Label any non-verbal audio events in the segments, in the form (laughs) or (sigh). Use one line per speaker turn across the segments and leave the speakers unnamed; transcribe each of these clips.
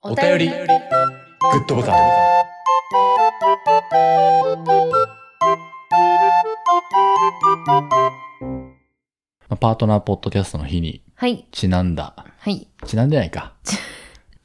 お便り、グッドボタン。
まあパートナーポッドキャストの日に
はい、
ちなんだ。
はい、
ちなんでないか。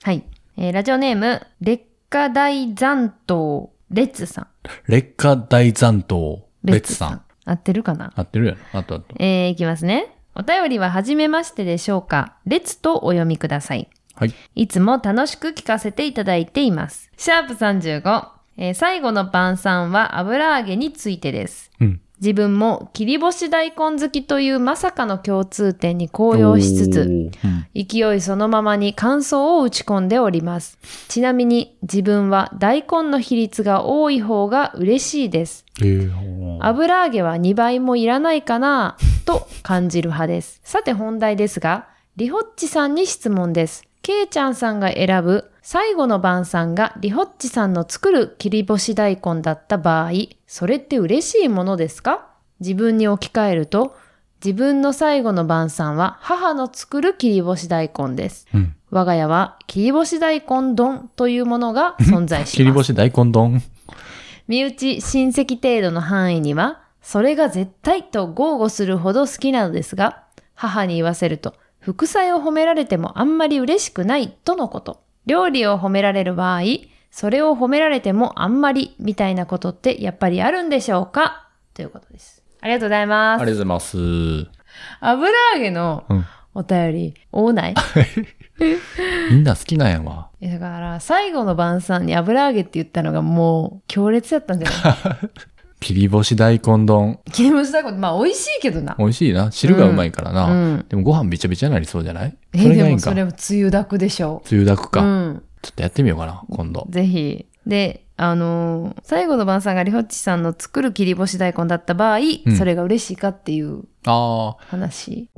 はい。えーラジオネーム、劣化大残党、レッツさん。
劣化大残党、レッツさん。。
合ってるかな
合ってるやろあとあと。
えーいきますね。お便りは初めましてでしょうか列とお読みください。
はい。
いつも楽しく聞かせていただいています。シャープ35、えー最後の晩餐は油揚げについてです。
うん。
自分も切り干し大根好きというまさかの共通点に高揚しつつ、
おー。うん
勢いそのままに感想を打ち込んでおります。ちなみに自分は大根の比率が多い方が嬉しいです。
えー、
油揚げは2倍もいらないかなと感じる派
(laughs)
です。さて本題ですが、リホッチさんに質問です。ケイちゃんさんが選ぶ最後の晩餐がリホッチさんの作る切り干し大根だった場合、それって嬉しいものですか自分に置き換えると、自分の最後の晩餐は母の作る切り干し大根です。
うん。
我が家は切り干し大根丼というものが存在します。
(laughs) 切り干し大根丼。
身内親戚程度の範囲には、それが絶対と豪語するほど好きなのですが、母に言わせると、副菜を褒められてもあんまり嬉しくないとのこと。料理を褒められる場合、それを褒められてもあんまりみたいなことってやっぱりあるんでしょうかということです。ありがとうござい
あ
ま
りが
す。
とうございます。う
油揚げの
ん。
お便り、多 (laughs) ない
みんな好きなんやわ。
えだから、最後の晩餐に油揚げって言ったのがもう強烈だったんじゃない
切り干し大根丼。
(laughs) 切り干し大根、まあ美味しいけどな。
美味しいな。汁がうまいからな。
うん。
でもご飯びちゃびちゃになりそうじゃない
え
それ
で
がいい
も
んか。
それ
梅
も梅雨だくでしょ
雨だく
う。
か、
うん。
ちょっとやってみようかな、今度。
ぜひ。で、あのー最後の晩餐がリホッチさんの作る切り干し大根だった場合、
ん
それが嬉しいかっていう
ああ、
話。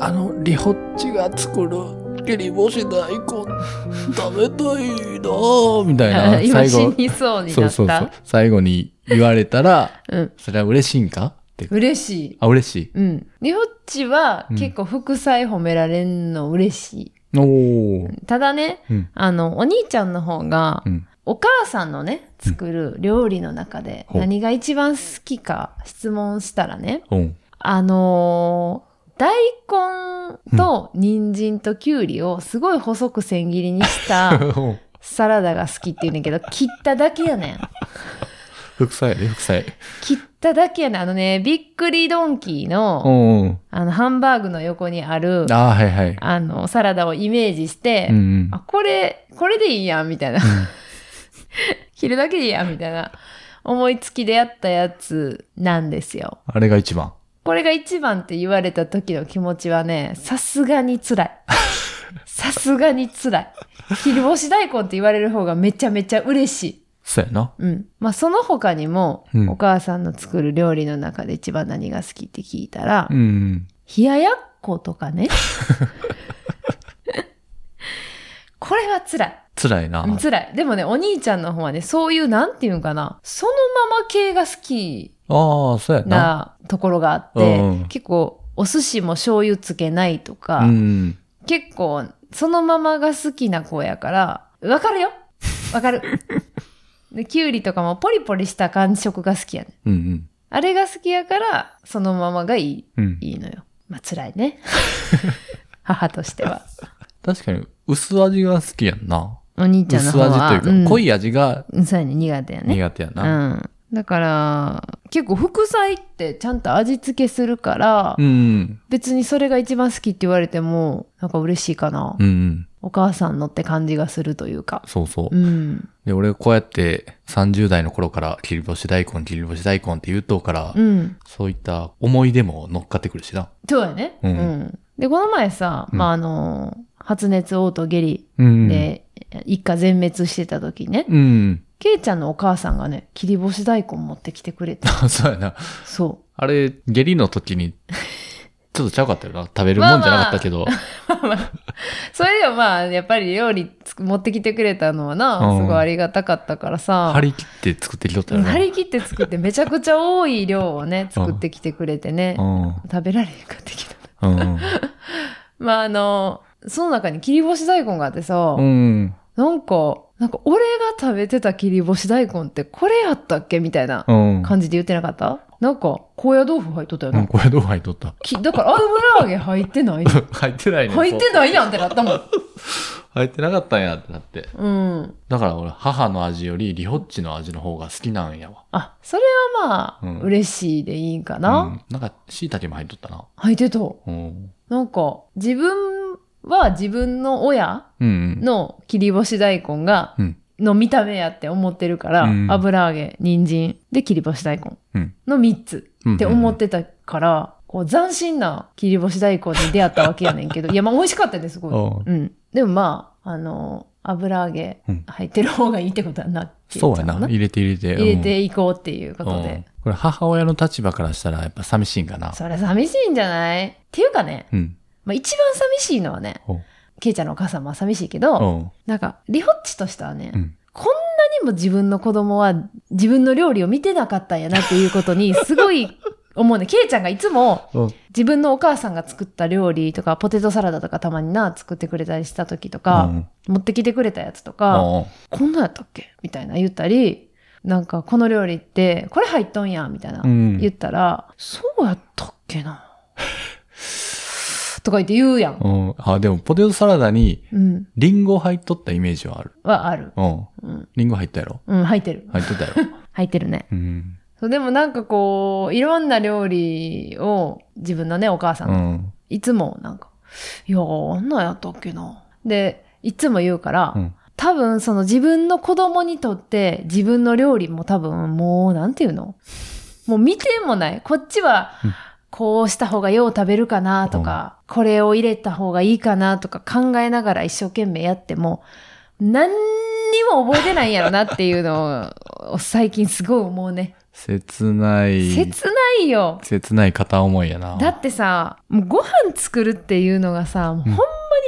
あの、リホッチが作る切り干し大根、食べたいなぁ、みたい
あ (laughs)
な。
今
最
死
後、
にそうに
そ
なっ
うそうそう
た。。
最後に言われたら、
うん。
それは嬉しいんかって。
嬉しい。
あ、嬉しい。
うん。リホッチは
うん
結構副菜褒められんの嬉しい。
おー。
ただね、
うん
あの、お兄ちゃんの方が、
うん
お母さんのね、作る料理の中で
ほう
何が一番好きか質問したらね、
うん。
あのー大根と人参ときゅうりをすごい細く千切りにした
(laughs)
サラダが好きって言うねんけど、切っただけやねん。
副菜やで、副菜。
切っただけやねん。あのね、びっくりドンキー
う
の、
んうん。
あの、ハンバーグの横にある、あ
ああ、はいはい。
の、サラダをイメージして、
うんうん
あ、。これ、これでいいやん、みたいな。 (laughs) 切るだけでいいやん、みたいな。思いつきでやったやつなんですよ。
あれが一番。
これが一番って言われた時の気持ちはね、さすがに辛
(laughs)
い。さすがに辛い。切り干し大根って言われる方がめちゃめちゃ嬉しい。
そうやな。
うん。まあ、その他にも、
うん
お母さんの作る料理の中で一番何が好きって聞いたら、
うんうん。
冷ややっことか
(laughs)
ね。これは辛い。
辛いな。
うん辛い。でもね、お兄ちゃんの方はね、そういう、なんていうんかな、そのまま系が好き
ああ、そうやな。
なところがあって、
うん
結構お寿司も醤油つけないとか、
うん。
結構そのままが好きな子やから、わかるよわ
(laughs)
かる。で、きゅうりとかもポリポリした感触が好きやねん。
うんうん。
あれが好きやから、そのままがいい、
うん。
いいのよ。まあ辛い
(laughs)
ね。母としては。
確かに、薄味が好きやんな。
お兄ちゃんの方
薄味
は。
というか、
ん
濃い味が
うんそうやね、苦手やね。
苦手やな。
うん、だから結構副菜ってちゃんと味付けするから、
うん。うん。
別にそれが一番好きって言われてもなんか嬉しいかな、
うんうん。
お母さんのって感じがするというか
そうそう
う。ん
で、俺こうやって30代の頃から切り干し大根、切り干し大根って言うとうから、
うん
そういった思い出も乗っかってくるしな。
そうやね
うん
でこの前さ、
うん
まあ、あの発熱嘔吐下痢
うん。
で、一家全滅してた時ね、
うん。
けいちゃんのお母さんがね切り干し大根持ってきてくれ
(laughs)
て
そうやな。
そ
あれ、下痢の時に、ちょっとちゃうかったよな。食べるもんじゃなかったけど。
うそれでもまあやっぱり料理つ持ってきてくれたのはな、
うん
すごいありがたかったからさ
(laughs) 張り切って作ってきとったよな。
張り切って作ってめちゃくちゃ多い量をね作ってきてくれてね
うん。
食べられへんかったけど
うん。
まあ、あの、その中に切り干し大根があってさ、
うん。
なんか、なんか俺が食べてた切り干し大根ってこれやったっけみたいな
うん。
感じで言ってなかったなんか、高野豆腐入っとったよ
う
な。
ん、これどう入っとった
きだから、油揚げ入ってない
(laughs) 入ってないね。
入ってないやんってなったもん。
入ってなかったんやってなって。
うん。
だから俺、母の味よりリホッチの味の方が好きなんやわ。
あ、それはまあ、
うん
嬉しいでいいんかな。
うん、なんか、椎茸も入っとったな。
入ってた。
うん。
なんか、自分は自分の親
うん。
の切り干し大根が、
うん
の見た目やって思ってるから、
うん
油揚げ、人参で切り干し大根
うん
の3つ
うん
って思っ。てたから、こう斬新な切り干し大根に出会ったわけやねん
(laughs)
けど、いやまあ美味しかったです、すごい。
うん
うん。でもまあ、あの油揚げ
うん
入ってる方がいいってことはなってい
そうやな。
入
入れて入れて。
れていこうっていうこ
うん、
と
うん
で。
これ母親の立場からしたらやっぱ寂しいんかな。
それ寂しいんじゃないっていうかね、
うん。
まあ、一番寂しいのはね
ほう、
ケイちゃんのお母さんも寂しいけ
う
ど、
ん。
なんか、リホッチとしてはね、
うん
こんなにも自分の子供は自分の料理を見てなかったんやなっていうこと
(laughs)
に、すごい思うね。ケイちゃんがいつも
うん
自分のお母さんが作った料理とか、ポテトサラダとかたまにな、作ってくれたりした時とか、
うん
持ってきてくれたやつとか、
うん
こんなんやったっけみたいな言ったり、なんか、この料理って、これ入っとんやみたいな
うん
言ったら、そうやったっけな
(laughs)
とか言って言うやん。
うん。あ、でもポテトサラダに
うん。
リンゴ入っとったイメージはある。
はある。
うん。
うん。
リンゴ入ったやろ
うん、入ってる。
入っとったやろ
(laughs) 入ってるね。
うん。
そうでもなんかこう、いろんな料理を自分のね、お母さん
う
が、
ん。
いつもなんか、いやー、あんなんやったっけな。で、いつも言うから、
うん
多分その自分の子供にとって自分の料理も多分もう、なんていうのもう見てもない。こっちは
うん、
こうした方がよう食べるかなとか、これを入れた方がいいかなとか考えながら一生懸命やっても、何にも覚えてないんやろなっていうのを最近すごい思うね。
切ない。
切ないよ。
切ない片思いやな。
だってさ、もうご飯作るっていうのがさ、もうほんま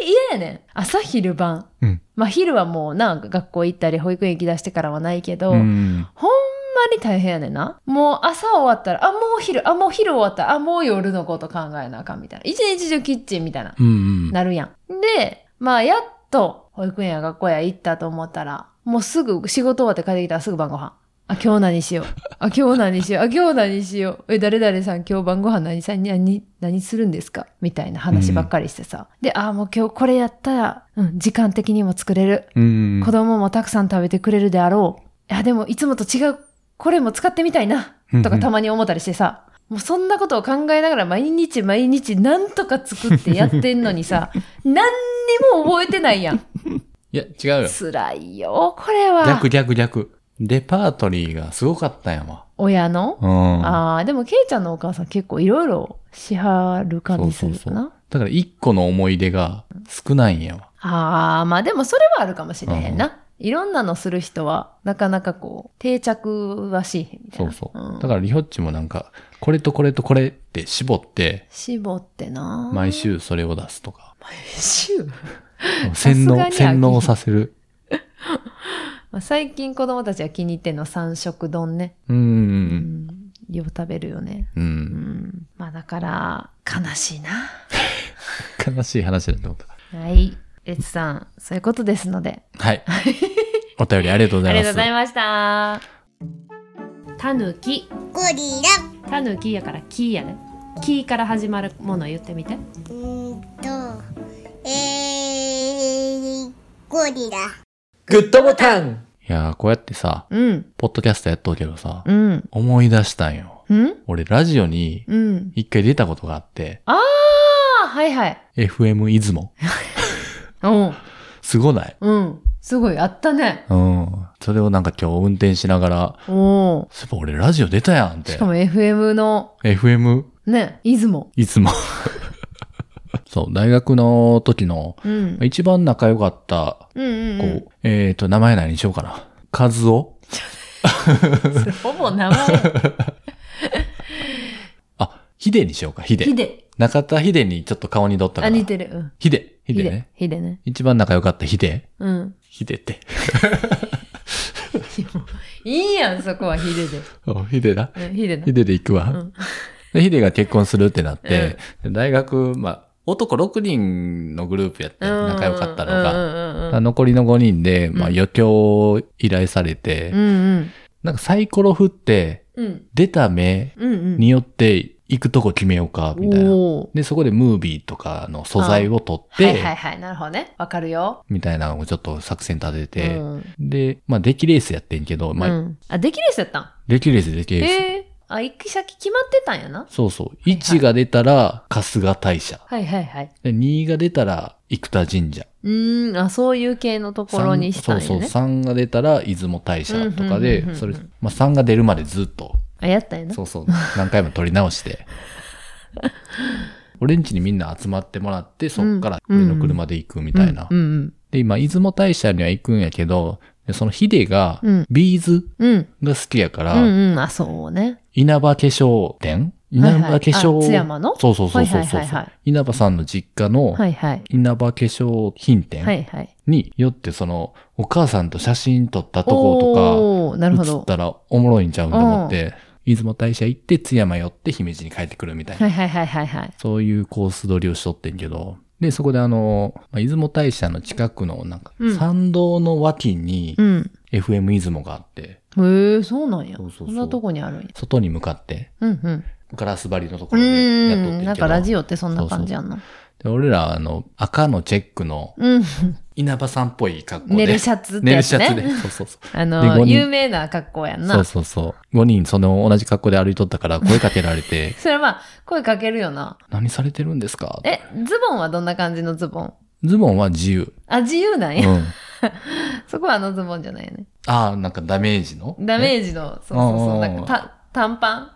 に嫌やねん。朝昼晩。
うん
まあ昼はもうな、学校行ったり保育園行き出してからはないけど、
うん。
ほんまに大変やねんな。もう朝終わったら、あ、もう昼、あ、もう昼終わったら、あ、もう夜のこと考えなあかんみたいな。一日中キッチンみたいな、
うんうん。
なるやん。で、まあやっと保育園や学校や行ったと思ったら、もうすぐ仕事終わって帰ってきたらすぐ晩ご飯。あ、今日何しよう。あ、今日何しよう。あ、今日何しよう。え、誰々さん今日晩ご飯何さ、何、何するんですかみたいな話ばっかりしてさ。で、あ、もう今日これやったら、うん、時間的にも作れる。
うん。
子供もたくさん食べてくれるであろう。いや、でもいつもと違う、これも使ってみたいな、と
うんう
か
ん
たまに思ったりしてさ、もうそんなことを考えながら毎日毎日なんとか作ってやってんのに
(laughs)
さ、何にも覚えてないやん。
いや、違うよ。
辛いよ、これは
逆。逆逆。レパートリーがすごかったんやわ。
親の。
うん。
ああ、でもケイちゃんのお母さん結構いろいろしはる感じするかな。
だから一個の思い出が少ないんやわ。
ああ、まあでもそれはあるかもしれへんな。いろんなのする人は、なかなかこう、定着はしへんみたい
そう
な。
そう。
ん
だからリホッチもなんか、これとこれとこれって絞って、
絞ってな。
毎。週それを出すとか。
毎 (laughs) 週。さ
洗
すがに飽
脳、
き
洗脳させる。
まあ最近子供たちが気に入ってんの三色丼ね。
うん
う
うん
ん。よう食べるよね。
うん。う。
うんん。まあだから、悲しいな。
悲しい話だと思った。
はい。レツさん、そういうことですので。
はい。お便りありがとうご
あ
ざ
りが
いま
と
す。
うございました。たぬき。
ゴリラ。
たぬきやからきやね。きから始まるもの言ってみて。
うーんと、えー、ゴリラ。
グッドボタンいやー、こうやってさ、
うん。
ポッドキャストやっとうけどさ、
うん。
思い出したんよ。
うん
俺、ラジオに
うん。
一回出たことがあって、
ああはいはい。
FM 出雲。
うん。
すごない
うん。すごい、あったね。
うん。それをなんか今日運転しながら、
お
そういえば俺ラジオ出たやんっ
お。してか。も FM の、
FM
ね、出雲。
い
(laughs)
つも。そう、大学の時の、
うん。
一番仲良かった
うんうん
子、
うん。
えっ、と、名前何にしようかな。カズオ
それほぼ名前。 (laughs)
あ、ヒデにしようか、ヒデ
ヒ。デ。
中田ヒデにちょっと顔にどったか
あ、
ら。
似てる。うん。
ヒデ。ヒデね。。
ヒデね。
一番仲良かったヒデ。
うん。 (laughs)
ヒデって。 (laughs)
いいやん、そこはヒデで。
おヒデだ。
うん、ヒデな
ヒ。デで行くわ。
うん
でヒデが結婚するってなって、で大学、まあ、男6人のグループやって、
うん
仲良かったのが。
うんうんうん
残りの5人で、まあ
うん
余興を依頼されて、
うん
なんかサイコロ振って、
うんうん
出た目
うんうん
によって行くとこ決めようか、みたいな。
おー
で、そこでムービーとかの素材を撮って、
はいはいはいなるほどねわかるよ
みたいなのをちょっと作戦立てて、
うん
で、まあ、デキレースやってんけど、まあ、
うんあできるやつやったん
デキレース、デキレース。
ええあ行き先決まってたんやな
そうそう。
い
1が出たら、春日大社。
はいはいはい
で2が出たら、生田神社。
うーんあそういう系のところにしたん
三そ
や
う
ね
そう。3が出たら、出雲大社とかで
うんうんうんうんう、ん
それ、まあ、3が出るまでずっと、
あやったんやな
そう
(laughs)
そう、何回も撮り直して。俺んちにみんな集まってもらって、そっから
うん
俺の車で行くみたいな。
うんうん
で、今、出雲大社には行くんやけど、でそのヒデが
うん、
ビーズ
うんうん
が好きやから、
うんうんあそうね
稲葉化粧店
い
稲
はい
葉化粧、
あ津山の
そうそうそうそうそう、
はいはいはいはい
稲葉さんの実家の
はいはい
稲葉化粧品
は
店
いはい
によって、その、お母さんと写真撮ったとこ
おーな
ろ
る
と
ほ
か、映っ
ど
たらおもろいんちゃうんと思って、出雲大社行って津山寄って姫路に帰ってくるみたい
はい
な、
はいはいはいはい
そういうコース取りをしとってんけど、で、そこであの、まあ出雲大社の近くのなんか
う、ん
参道の脇に
うん
FM 出雲があって、
へえそうなんや
そうそうそう
そんなとこにあるんや
外に向かって、
うんうん
ガラス張りのと
う
ころでやっとっ
ー
てんけ
ん
ど。
なんかラジオってそんな感じやんの
で俺ら、あの、赤のチェックの
うん
稲葉さんっぽい格好で。
寝るシャツって
寝
や
る
つ
シ
ね
ャツで。そうそうそう。
あ
で五
の
人
有名な格好やんな、
そうそうそう。5人、その同じ格好で歩いとったから声かけられて (laughs)
それはまあ声かけるよな
何されてるんですか
えズボンはどんな感じのズボン
ズボンは自由。
あ自由なん
う
や、
ん。
そこはあのズボンじゃないよね
ああ、なんかダメージの
ダ
ージ
メージのそうそう
う
そ
ん
う
うんう
なんんかた短パ
(laughs)
ン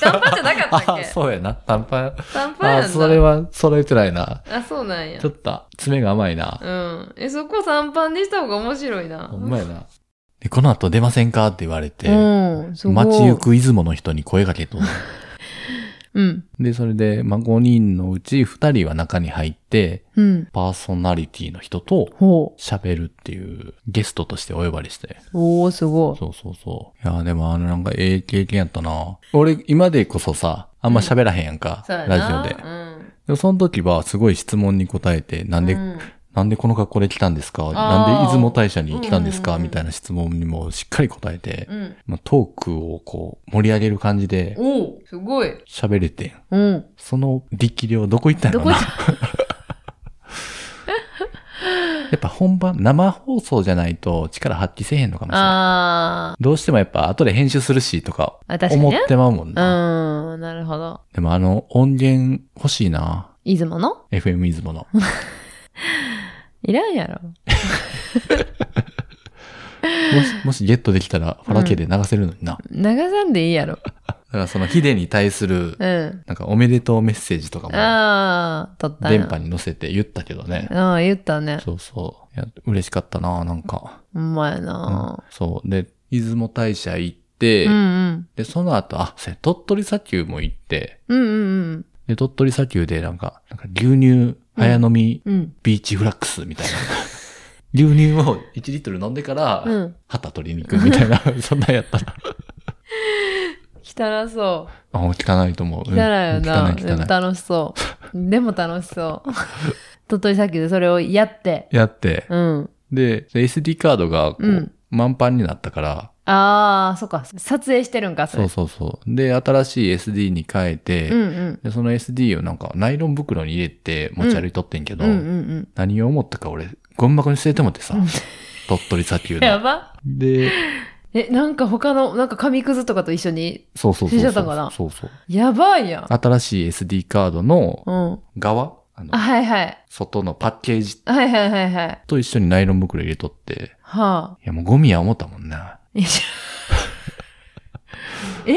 短パンじゃなかった
あ
っ
あ、
け
そうやな。短パン。
短パン
あ
やん
あ、
な
それは揃えてないな。
あそうなんや
ちょっと、爪が甘いな。
うんえそこ短パンにした方が面白いな
ほんまやな。で、この後出ませんかって言われて、
うんすごい
街行く出雲の人に声かけと。
うん
で、それで、まあ、5人のうち2人は中に入って、
うん
パーソナリティの人と
ほ
喋るっていうゲストとしてお呼ばれして。
うおーすごい
そうそうそう。いやーでもあのなんかええ経験やったな。俺今でこそさ、あんま喋らへんやんか。
そうやな
ラジオで。で
うん
もその時はすごい質問に答えて、なんで、
うん
なんでこの格好で来たんですかなんで出雲大社に来たんですか、
うんうんうん
みたいな質問にもしっかり答えて、
うん、
まあ、トークをこう盛り上げる感じで
おーすごい
喋れてん。
うん
その力量どこ行ったの
ど
か
こ
な
じ
や
ゃ
(laughs) っぱ本番、生放送じゃないと力発揮せえへんのかもしれない。
あ
どうしてもやっぱ後で編集するしとか
あ確かに
思っ
ね
てまうもん
う
な。
んなるほど
でもあの音源欲しいな。
出雲の
FM 出雲の。
いらんやろ。
もし、もしゲットできたらファラケで流せるのにな。
流さんでいいやろ。
だからそのヒデに対する、
う
(laughs) なんかおめでとうメッセージとか
ん。
も
ああ、撮ったんや
電波に乗せて言ったけどね。
うん、言ったね。
そうそう。いや、嬉しかったな、なんか。
ほんまや
うん
な。
そう。で、出雲大社行って、
うんうん。
で、その後、あ、せ鳥取砂丘も行って、
うんうん
で、鳥取砂丘でなんか、なんか牛乳早飲み
うん。うん。
ビーチフラックス
(laughs)
みたいな。牛乳を1リットル飲んでから、
うん
旗取りに行くみたい (laughs) な、そんなんやったら。
汚そ
あ、もう汚いと思う。
う。汚
うん
いよな。
汚い汚
でも
い。
楽しそう。でも楽し
(laughs)
そう。鳥取砂丘でそれをやって。
やって、
うん。
で、SD カードがこう、
うん
満帆になったから、
ああ、そっか。撮影してるんか、そ
そう
れ。
そうそう。で、新しい SD に変えて、
うんうん。
でその SD をなんかナイロン袋に入れて持ち歩いとってんけど、
うんうん
何を思ったか俺、ゴミ箱に捨ててもってさ、鳥取砂
(laughs)
丘
うん。や
で。
ば。
で、
え、なんか他の、なんか紙くずとかと一緒に。
そうそうそうそう。
捨てちゃったんかな
そうそう。
やばいやん。
新しい SD カードの
うん。
側、あの
あ、はいはい。
外のパッケージ
はいはいはいはい。
と一緒にナイロン袋入れとって、
はあ。 (laughs)
いやもうゴミや思ったもんな。
いやえ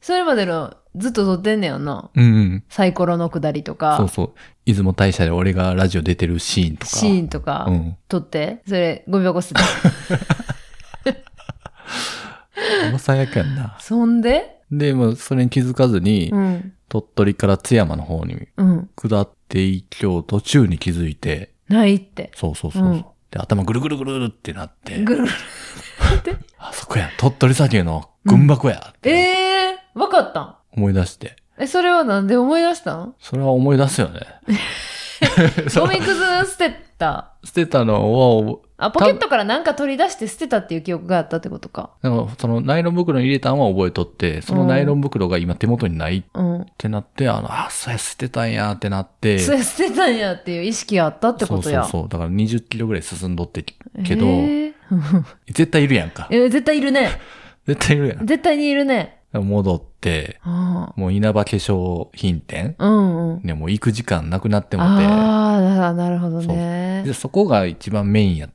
それまでのずっと撮ってんねやんな。
うんうん。
サイコロのくだりとか、
そうそう。出雲大社で俺がラジオ出てるシーンとか。
シーンとか
うん。
撮って、それゴミ箱捨てた。
あの最悪やんな。 (laughs)
そんで
で、もうそれに気づかずに、
うん。
鳥取から津山の方に
うん。
下っていきょう途中に気づいて、
ないって。
そうそうそうそう、
うん
で、頭ぐるぐるぐるってなって、
ぐる
あそこや、鳥取砂丘の群馬湖やっ
え
て
(laughs) えー、わかったん
思い出して、
え、それはなんで思い出したん
それは思い出すよね。
ゴミくず捨てた。
捨てたのは、
あ、ポケットからなんか取り出して捨てたっていう記憶があったってことか。
なんかそのナイロン袋に入れたんは覚えとって、そのナイロン袋が今手元にないっ
うん。
てなって、あの、あ、そうや捨てたんやってなって、
それ捨てたんやっていう意識があったってことや。
そうそうそう。だから20キロぐらい進んどってけど、
えー
絶対いるやんか。
え絶対いるね。
絶対いるやん。だか
絶対にいるね。
ら戻って、
あ
もう稲葉化粧品店、
あうんうん。
ね、もう行く時間なくなってもて、
ああ、なるほどね
で。そこが一番メインやっ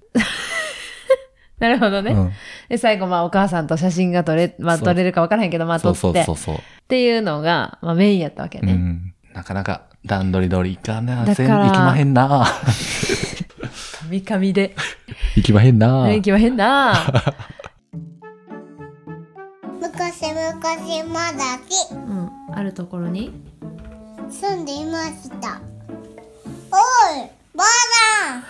なるほど
た。
ね。
うん
で、最後、まあ、お母さんと写真が撮れ、まあ、
そう
撮れるか分からへんけど、まあ、
そ
撮
う
って。
そうそうそう、
っていうのが、まあ、メインやったわけ
う
ね。
ん。なかなか段取り通り行かな、
だ
せ
か
ん
ら
行きまへ
(laughs)
んな。
カミカミ
(laughs)
で。
行きまへんな。
行きまへん
(laughs)
な。
昔昔まだし
うん。あるところに。
住んでいましたおいばあ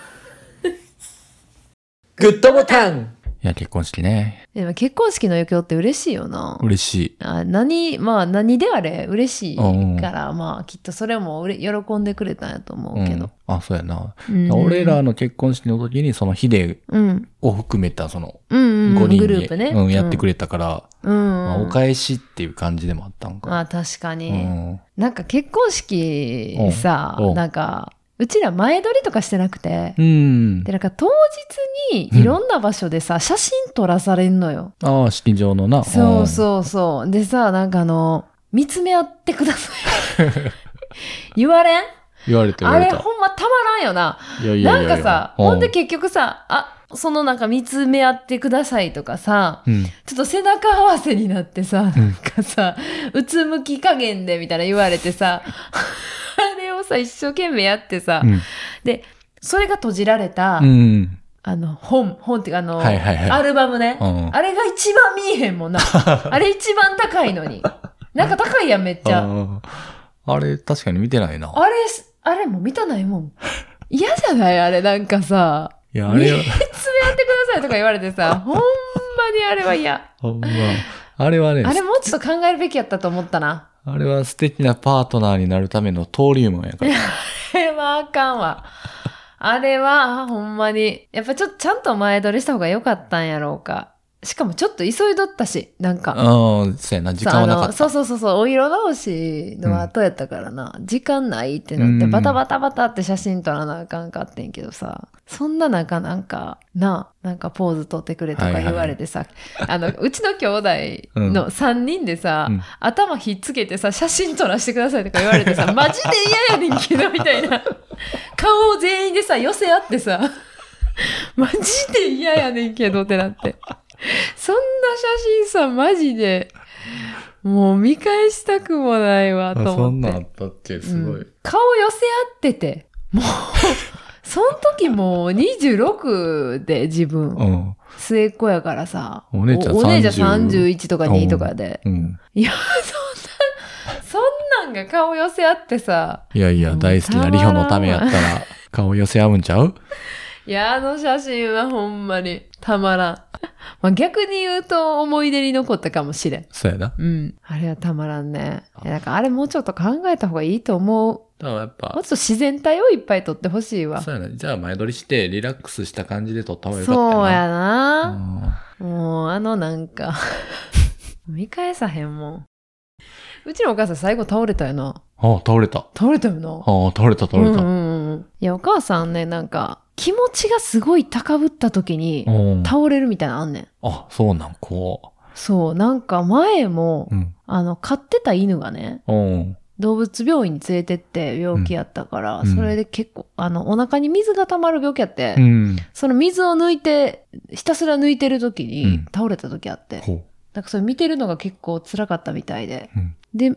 グッドボタンいや、結婚式ね。
でも結婚式の余興って嬉しいよな。
嬉しい。
あ何、まあ何であれ嬉しい
うんうん
から、まあきっとそれもうれ喜んでくれたんやと思
う
うけど
ん。。あ、そうやな。
うん
俺、らの結婚式の時に、そのヒデ
うん。
を含めた、その、
うんうんう
5
ん。
人
グループね。
でうん、やってく
れ。
れたから、
うん。
まあお返しっていう感じでもあったんか。
あ、確か
う
に。
ん。
なんか結婚式さ
うんう、ん
なんか、うちら前撮りとかしてなくて、
うん
で、。なんか当日にいろんな場所でさ、写真撮らされんのよ。
ああ、式場のな。
そうんそうそう。でさ、なんかあの、見つめ合ってくださ
(laughs)
い。言われん
言われて言
あ
われ
れ
た。
ほんまたまらんよな。
いやいやいや
ないん
や
かさ、
う
ほんで結局さ、あ、そのなんか見つめ合ってくださいとかさ、
うん。
ちょっと背中合わせになってさ、なんかさ、うつむき加減でみたいな言われて
(laughs)
さ、あれをさ、一生懸命やってさ、
うん
で、それが閉じられた、
うん。
あの、本、本っていうかあの、
はいはいはい
アルバムね、
うん
あれが一番見えへんもん
(laughs)
な。あれ一番高いのに。なんか高いやん、めっちゃ。
あーあれ、確かに見てないな。
あれ、あれもう見たないもん。嫌じゃないあれなんかさ。
いや、あ
見つめ (laughs) 合
れ
っ
は
て、くださいとか言われて
(laughs)
さ、ほんまにあれは嫌。
ほんまあれはね、
あれもうちょっと考えるべきやったと思ったな。
あれは素敵なパートナーになるための登竜門やから。
あれはあかんわ。あれは、ほんまに。やっぱちょっとちゃんと前撮りした方が良かったんやろうか。しかもちょっと急いどったし、なんか。
うん、そうやな、時間はな
さ
か
あ
っ
の
た。
そうそうそうそう、お色直しの後やったからな、時間ないってなって、
うん
バタバタバタって写真撮らなあかんかってんけどさ、そんな中なんか、なあ、なんかポーズ撮ってくれとか言われてさ、あの、うちの兄弟の3人でさ、
うん
頭ひっつけてさ、写真撮らせてくださいとか言われてさ、マジで嫌やねんけど、みたいな。顔を全員でさ、寄せ合ってさ、マジで嫌やねんけどってなって。そんな写真さ、マジで、もう見返したくもないわ、と思って。
ったって、
うん顔寄せ合ってて、もう、その時もう26で自分、
うん。
末っ子やからさ、
お姉ちゃん
お姉ちゃん
30
31とか2とかで。
うん。
いや、そんな、そんなんが顔寄せ合ってさ、
いやいや、大好きなリホのためやったら、顔寄せ合うんちゃう
いや、あの写真はほんまにたまらん。まあ、逆に言うと思い出に残ったかもしれん。
そうやな。
うん。あれはたまらんね。いやなんかあれもうちょっと考えた方がいいと思う。
だからやっ
もう
ぱ、
ちょっと自然体をいっぱい撮ってほしいわ。
そうやな。じゃあ前撮りして、リラックスした感じで撮った方がよかったな。
そうやな。
な。
もうあのなんか、 (laughs) 見返さへんもん。うちのお母さん最後倒れたよな。
ああ、倒れた。
倒れたよな。
ああ、倒れた、倒れ
うん
た。
うんうん。いや、お母さんね、なんか、気持ちがすごい高ぶった時に、
うん。
倒れるみたいなのあんねん。
あ、そうなん、こ
そう、なんか前も、
う。うん。
あの、飼ってた犬がね、
うん。
動物病院に連れてって病気やったから、
うん
それで結構、あの、お腹に水が溜まる病気やって、
うん。
その水を抜いて、ひたすら抜いてる時
う
に
ん
倒れた時あって、
こ
なんかそれ見てるのが結構辛かったみたいで。
うん
で、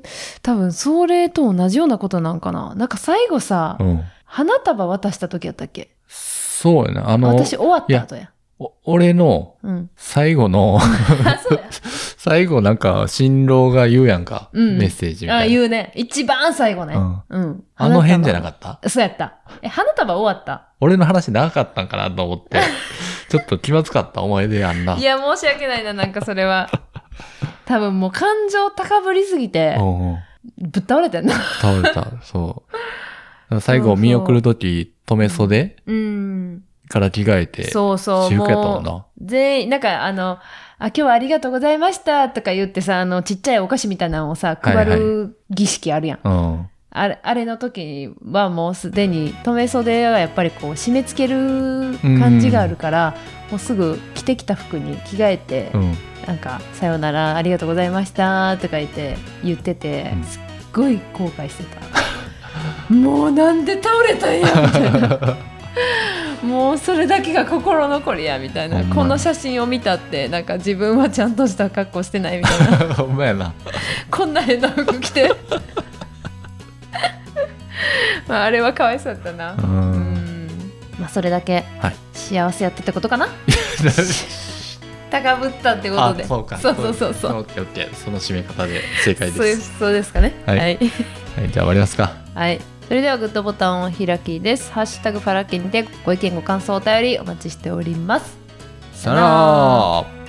多分それと同じようなことなんかな。なんか最後さ、
う。うん。
花束渡した時やったっけ
そうやな。あの、
私終わった後や。
お俺の (laughs)
うん。
最後の、
あ、そうや。
(laughs) 最後なんか、新郎が言うやんか。
うん
メッセージみ
あ、
たいな。
言うね。一番最後ね。
うん
うん。
あの辺じゃなか
っ
った
た。そうやった。え、花束終わった。
俺の話長かったんかなと思って、ちょっと気まずかった思い出やんな。
いや、申し訳ないな、なんかそれは。多分もう感情高ぶりすぎて、
うんうん
ぶっ倒れてんな。
(laughs) 倒れた。そう。最後見送るとき、止め袖
うん。
から着替えて、
そうそう。
私服やったもん
も
な。
う、全員、なんかあの、あ、今日はありがとうございましたとか言ってさ、あの、ちっちゃいお菓子みたいなのをさ、
はいは
配
い
る儀式あるやん。
うん。
あれあれの時はもうすでに留め袖はやっぱりこう締め付ける感じがあるから、もうすぐ着てきた服に着替えて、
うん。 (laughs)
なんか「さようならありがとうございました」とか言って言ってて、
うん
すっごい後悔してた (laughs) もうなんで倒れたんやみたい
(laughs)
なもうそれだけが心残りやみたいな
ほんまや
この写真を見たってなんか自分はちゃんとした格好してないみたいな
ほんまやな。
こんな変な服着 (laughs) てまああれはかわいそうだったな
う。
うんんまあそれだけ
はい
幸せやったってことかな、高ぶったってこと
あ
で、
そうか。
そうそうそうそう
オッケーオッケー。その締め方で正解
そういう
です。
そうですかね
はい
はい、
はい、じゃあ終わりますか。
はいそれではグッドボタンを開きですハッシュタグファラッキンでご意見ご感想お便りお待ちしております
さよなら